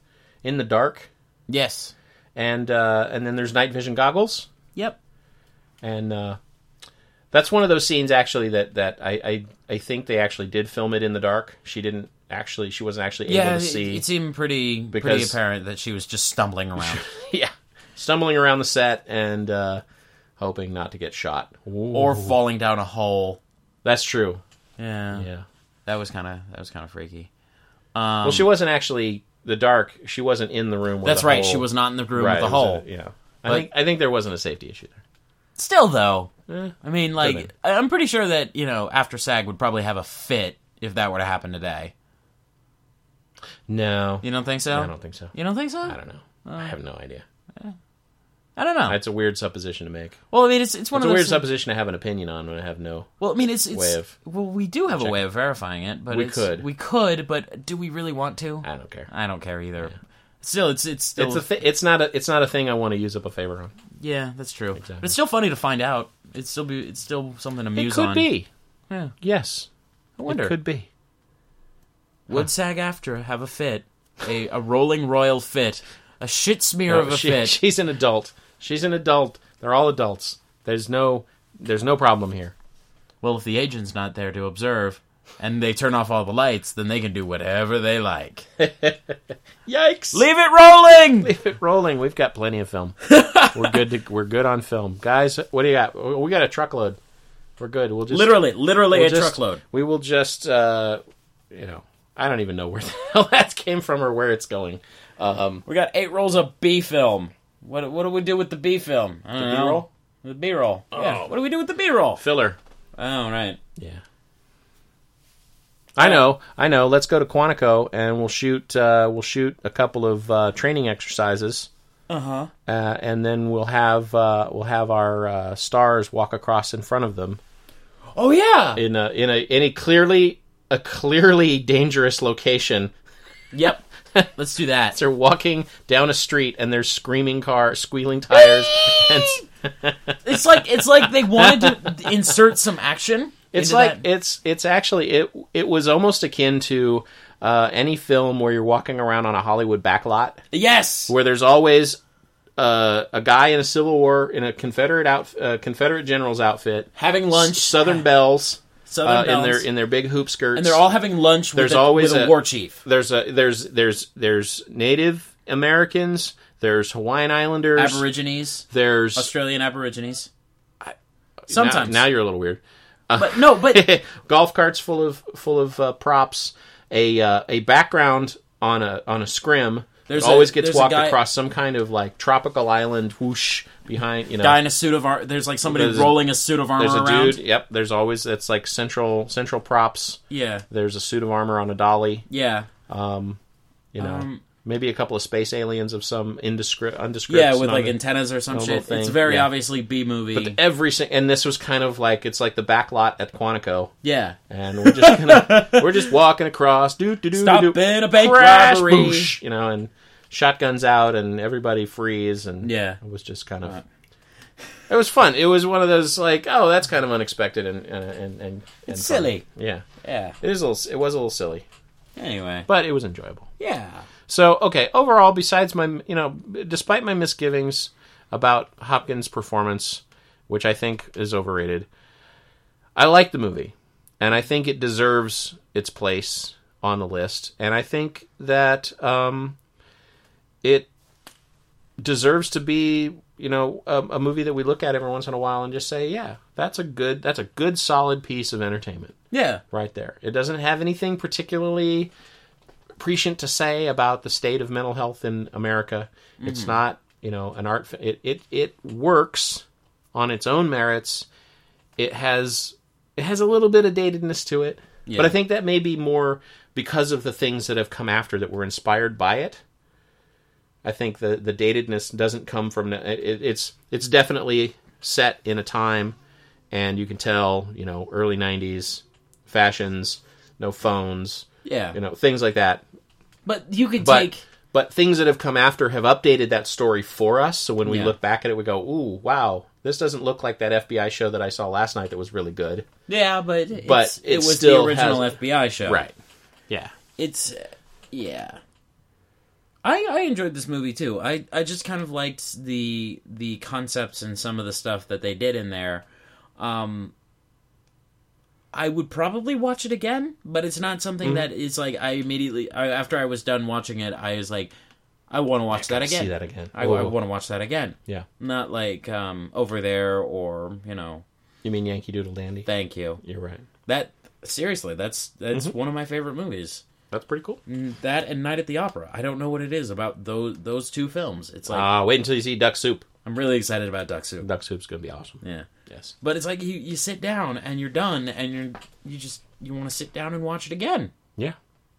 S1: in the dark,
S2: yes.
S1: and uh, and then there's night vision goggles,
S2: Yep.
S1: and uh, that's one of those scenes actually that that I, I I think they actually did film it in the dark. She didn't actually. She wasn't actually
S2: Yeah,
S1: able
S2: it,
S1: to see.
S2: it seemed pretty pretty
S1: Because-
S2: apparent that she was just stumbling around,
S1: yeah, stumbling around the set and uh, hoping not to get shot
S2: or falling down a hole.
S1: That's true.
S2: Yeah,
S1: Yeah.
S2: that was kind of that was kind of freaky.
S1: well, she wasn't actually the dark. She wasn't in the room. Where
S2: Um, That's
S1: the
S2: right.
S1: hole-
S2: She was not in the room
S1: Right,
S2: with the
S1: it was
S2: hole.
S1: a- yeah. I think I think there wasn't a safety issue there.
S2: Still, though,
S1: Eh,
S2: I mean, like,
S1: could've
S2: I- I'm pretty sure that you know, after SAG would probably have a fit if that were to happen today.
S1: No,
S2: You don't think so?
S1: I don't think so.
S2: You don't think so?
S1: I don't know.
S2: Uh.
S1: I have no idea.
S2: I don't know.
S1: That's a weird supposition to make.
S2: well, I mean, it's it's one
S1: It's a
S2: of
S1: weird
S2: those.
S1: supposition to have an opinion on when I have no.
S2: well, I mean, it's it's.
S1: way of-
S2: well, we do have a way of verifying it, but
S1: We
S2: it's-
S1: could.
S2: we could, but do we really want to?
S1: I don't care.
S2: I don't care either. Still, it's it's still
S1: It's a th- it's not a it's not a thing I want to use up a favor on.
S2: yeah, that's true. But it's still funny to find out. It's still be it's still something to muse
S1: it could
S2: on.
S1: be.
S2: Yeah.
S1: Yes.
S2: I wonder
S1: It could be.
S2: would SAG after have a fit, a, a rolling royal fit, a shit smear of a
S1: she-
S2: fit.
S1: she's an adult. She's an adult. They're all adults. There's no there's no problem here.
S2: Well, if the agent's not there to observe, and they turn off all the lights, then they can do whatever they like.
S1: Yikes.
S2: Leave it rolling.
S1: Keep it rolling. We've got plenty of film. we're good. To, we're good on film, guys. What do you got? We got a truckload. We're good. We'll just
S2: Literally, literally
S1: we'll
S2: a
S1: just-
S2: truckload.
S1: We will just, uh, you know, I don't even know where the hell that came from or where it's going. Um,
S2: We got eight rolls of B film. What what do we do with the B film? I don't know.
S1: B-roll?
S2: The B roll. Yeah.
S1: Oh.
S2: What do we do with the B roll?
S1: filler.
S2: Oh right.
S1: Yeah. I know. I know. Let's go to Quantico and we'll shoot. Uh, we'll shoot a couple of uh, training exercises.
S2: Uh huh.
S1: Uh, and then we'll have uh, we'll have our uh, stars walk across in front of them,
S2: Oh yeah.
S1: in a in a in a clearly a clearly dangerous location.
S2: Yep. Let's do that.
S1: They're walking down a street and there's screaming car, squealing tires. And s-
S2: It's like it's like they wanted to insert some action.
S1: it's
S2: into
S1: like
S2: that.
S1: it's it's actually it it was almost akin to uh, any film where you're walking around on a Hollywood backlot
S2: yes.
S1: where there's always uh, a guy in a Civil War in a Confederate out uh, Confederate general's outfit,
S2: Having lunch.
S1: Southern belles,
S2: Southern
S1: uh, in
S2: Bells,
S1: their in their big hoop skirts.
S2: and they're all having lunch.
S1: there's
S2: with a,
S1: always
S2: with a,
S1: a-
S2: war chief.
S1: there's a there's there's there's Native Americans. There's Hawaiian Islanders.
S2: Aborigines,
S1: there's
S2: Australian Aborigines.
S1: now-
S2: Sometimes,
S1: now you're a little weird.
S2: but no, but
S1: golf carts full of full of uh, props, a uh, a background on a on a scrim.
S2: There's
S1: There's always
S2: a-
S1: gets
S2: there's a
S1: walked
S2: guy-
S1: across some kind of like tropical island whoosh behind you know.
S2: guy in a suit of armor. There's like somebody
S1: There's a-
S2: rolling a suit of armor
S1: there's a
S2: around.
S1: dude. Yep. There's always that's like central central props.
S2: Yeah,
S1: There's a suit of armor on a dolly.
S2: yeah,
S1: You know,
S2: Um,
S1: maybe a couple of space aliens of some indescri- undescript.
S2: yeah, with
S1: non-
S2: like antennas or some
S1: little
S2: shit. It's
S1: thing,
S2: very
S1: yeah.
S2: obviously B movie.
S1: every sing- and this was kind of like it's like the back lot at Quantico.
S2: Yeah,
S1: and we're just gonna we're just walking across. Do do do
S2: Stop
S1: do,
S2: it, a bank
S1: crash,
S2: robbery.
S1: boosh, you know, and shotguns out, and everybody freeze, and
S2: Yeah.
S1: it was just kind of. It was fun. It was one of those like, oh, that's kind of unexpected and uh, and and, and
S2: It's
S1: fun.
S2: silly.
S1: Yeah,
S2: yeah.
S1: it is. A little, it was a little silly,
S2: Anyway,
S1: but it was enjoyable.
S2: yeah.
S1: So okay, overall, besides my you know, despite my misgivings about Hopkins' performance, which I think is overrated, I like the movie, and I think it deserves its place on the list, and I think that um, it deserves to be you know a, a movie that we look at every once in a while and just say, yeah, that's a good that's a good solid piece of entertainment
S2: Yeah.
S1: right there. It doesn't have anything particularly prescient to say about the state of mental health in America. It's not, you know, an art. fi- It it it works on its own merits. It has it has a little bit of datedness to it,
S2: Yeah.
S1: but I think that may be more because of the things that have come after that were inspired by it. I think the the datedness doesn't come from it, it- it's it's definitely set in a time, and you can tell you know early '90s fashions, no phones,
S2: Yeah.
S1: you know things like that.
S2: but you could
S1: But
S2: take
S1: but things that have come after have updated that story for us. So when we
S2: Yeah.
S1: look back at it, we go, "Ooh, wow, this doesn't look like that FBI show that I saw last night that was really good."
S2: Yeah, but it's,
S1: But
S2: it
S1: it
S2: was
S1: still
S2: the original
S1: has-
S2: FBI show,
S1: Right. Yeah.
S2: It's uh, yeah. I I enjoyed this movie too. I I just kind of liked the the concepts and some of the stuff that they did in there. Um I would probably watch it again, but it's not
S1: Mm-hmm.
S2: something that is like I immediately I, after I was done watching it, I was like I want to watch that again.
S1: See that again.
S2: I, I
S1: Ooh.
S2: want to watch that again.
S1: Yeah.
S2: Not like um over there or, you know,
S1: You mean Yankee Doodle Dandy?
S2: thank you.
S1: You're right.
S2: That seriously, that's that's
S1: Mm-hmm.
S2: one of my favorite movies.
S1: That's pretty cool.
S2: That and Night at the Opera. I don't know what it is about those those two films. It's like
S1: Ah, wait until you see Duck Soup.
S2: I'm really excited about Duck Soup.
S1: Duck Soup's gonna be awesome.
S2: Yeah,
S1: Yes.
S2: but it's like you you sit down and you're done and you're you just you want to sit down and watch it again.
S1: Yeah,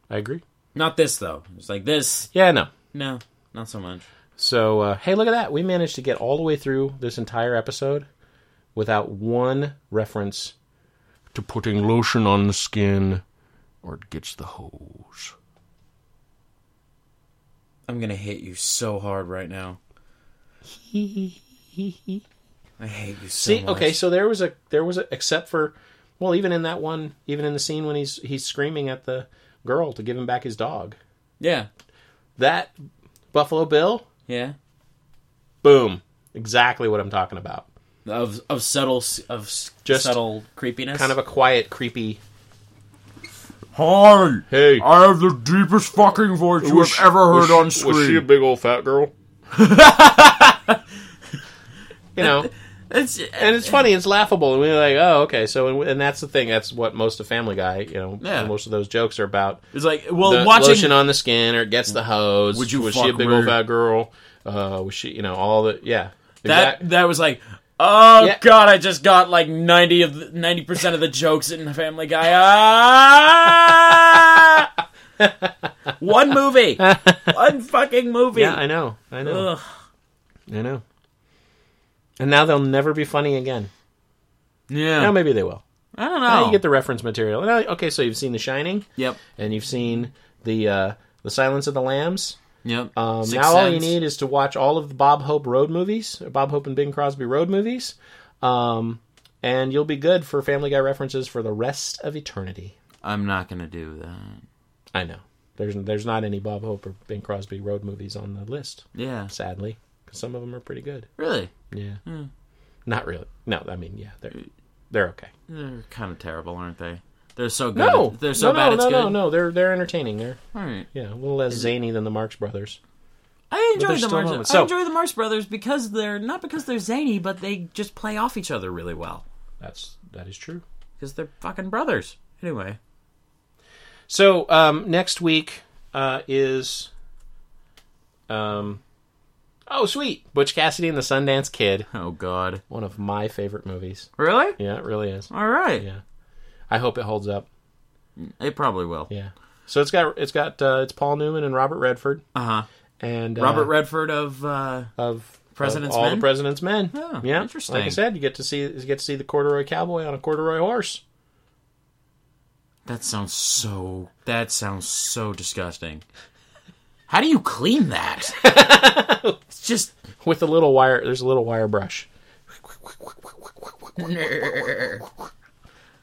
S1: I agree.
S2: Not this though. It's like this.
S1: Yeah, no.
S2: No, not so much.
S1: So uh, hey, look at that. We managed to get all the way through this entire episode without one reference to putting lotion on the skin, or it gets the hose.
S2: I'm gonna hit you so hard right now. I hate you so
S1: See,
S2: much.
S1: okay, so there was a there was a except for well, even in that one, even in the scene when he's he's screaming at the girl to give him back his dog.
S2: Yeah,
S1: That Buffalo Bill,
S2: yeah.
S1: boom, exactly what I'm talking about.
S2: Of of subtle s- of s-
S1: Just
S2: subtle creepiness.
S1: Kind of a quiet, creepy.
S3: Hi,
S1: Hey,
S3: I have the deepest fucking voice you have ever heard on screen.
S1: big old fat girl? you know,
S2: It's,
S1: and it's funny. It's laughable, and we're like, oh, okay. So, and, and that's the thing. That's what most of Family Guy, you know,
S2: Yeah.
S1: most of those jokes are about.
S2: it's like well,
S1: The
S2: watching
S1: lotion on the skin, or it gets the hose.
S3: Would you
S1: was
S3: fuck
S1: she a big
S3: her?
S1: old fat girl? Uh, was she, you know, all the yeah.
S2: That
S1: Exact-
S2: that was like, oh
S1: Yeah.
S2: god, I just got like ninety of ninety percent of the jokes in Family Guy. Ah! One movie, one fucking movie.
S1: yeah, I know, I know,
S2: Ugh.
S1: I know. And now they'll never be funny again.
S2: yeah.
S1: No, maybe they will.
S2: I don't
S1: Now
S3: Oh.
S1: you
S2: know.
S1: get the reference material. Now- okay, so you've seen The Shining.
S2: yep,
S1: and you've seen the uh, the Silence of the Lambs.
S2: yep.
S1: Um,
S2: Sixth
S1: now all you
S2: Sense.
S1: need is to watch all of the Bob Hope Road movies, Bob Hope and Bing Crosby Road movies, um, and you'll be good for Family Guy references for the rest of eternity.
S2: I'm not gonna do that.
S1: I know there's there's not any Bob Hope or Bing Crosby Road movies on the list,
S2: Yeah,
S1: sadly, because some of them are pretty good.
S2: really.
S1: Yeah, not really. No, I mean, yeah, they're They're okay.
S2: They're kind of terrible, aren't they? They're so good.
S1: No,
S2: they're so
S1: no,
S2: bad.
S1: No,
S2: it's
S1: no,
S2: good.
S1: no, no. They're they're entertaining. They're
S2: All right.
S1: yeah, a little less zany than the Marx Brothers.
S2: I
S1: they're
S2: enjoy the
S1: still
S2: Mars.
S1: moments. So-
S2: I enjoy the Mars Brothers because they're not because they're zany, but they just play off each other really well
S1: That's that is true.
S2: because they're fucking brothers. Anyway,
S1: So um, next week uh, is, um, oh sweet, Butch Cassidy and the Sundance Kid,
S2: oh god,
S1: one of my favorite movies.
S2: really?
S1: Yeah, it really is.
S2: All right,
S1: Yeah. I hope it holds up.
S2: it probably will.
S1: Yeah. So it's got it's got uh, it's Paul Newman and Robert Redford
S2: Uh huh.
S1: and uh,
S2: Robert Redford of uh,
S1: of
S2: President's
S1: of all
S2: Men?
S1: the President's Men.
S2: Oh,
S1: yeah,
S2: interesting.
S1: Like I said, you get to see you get to see the corduroy cowboy on a corduroy horse.
S2: that sounds so. That sounds so disgusting. How do you clean that? it's just
S1: with a little wire. There's a little wire brush,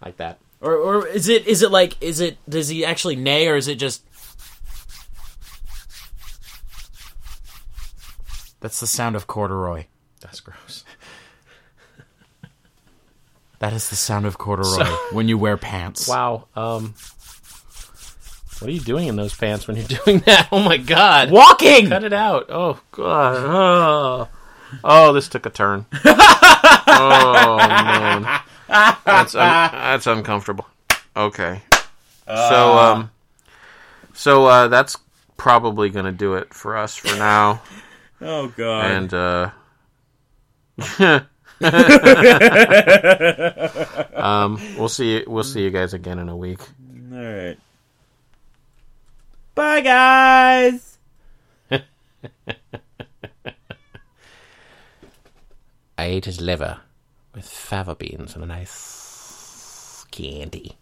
S1: like that.
S2: or or is it is it like is it does he actually neigh or is it just That's the sound of corduroy.
S1: That's gross.
S2: That is the sound of corduroy when you wear pants.
S1: Wow. Um, what are you doing in those pants when you're doing that? Oh my god!
S2: Walking.
S1: Cut it out. Oh god. Oh, oh this took a turn. oh man, that's un- that's uncomfortable. Okay. so um, so uh, that's probably gonna do it for us for now.
S2: Oh god.
S1: and uh um we'll see we'll see you guys again in a week
S2: All right. Bye guys.
S1: i ate his liver with fava beans and a nice candy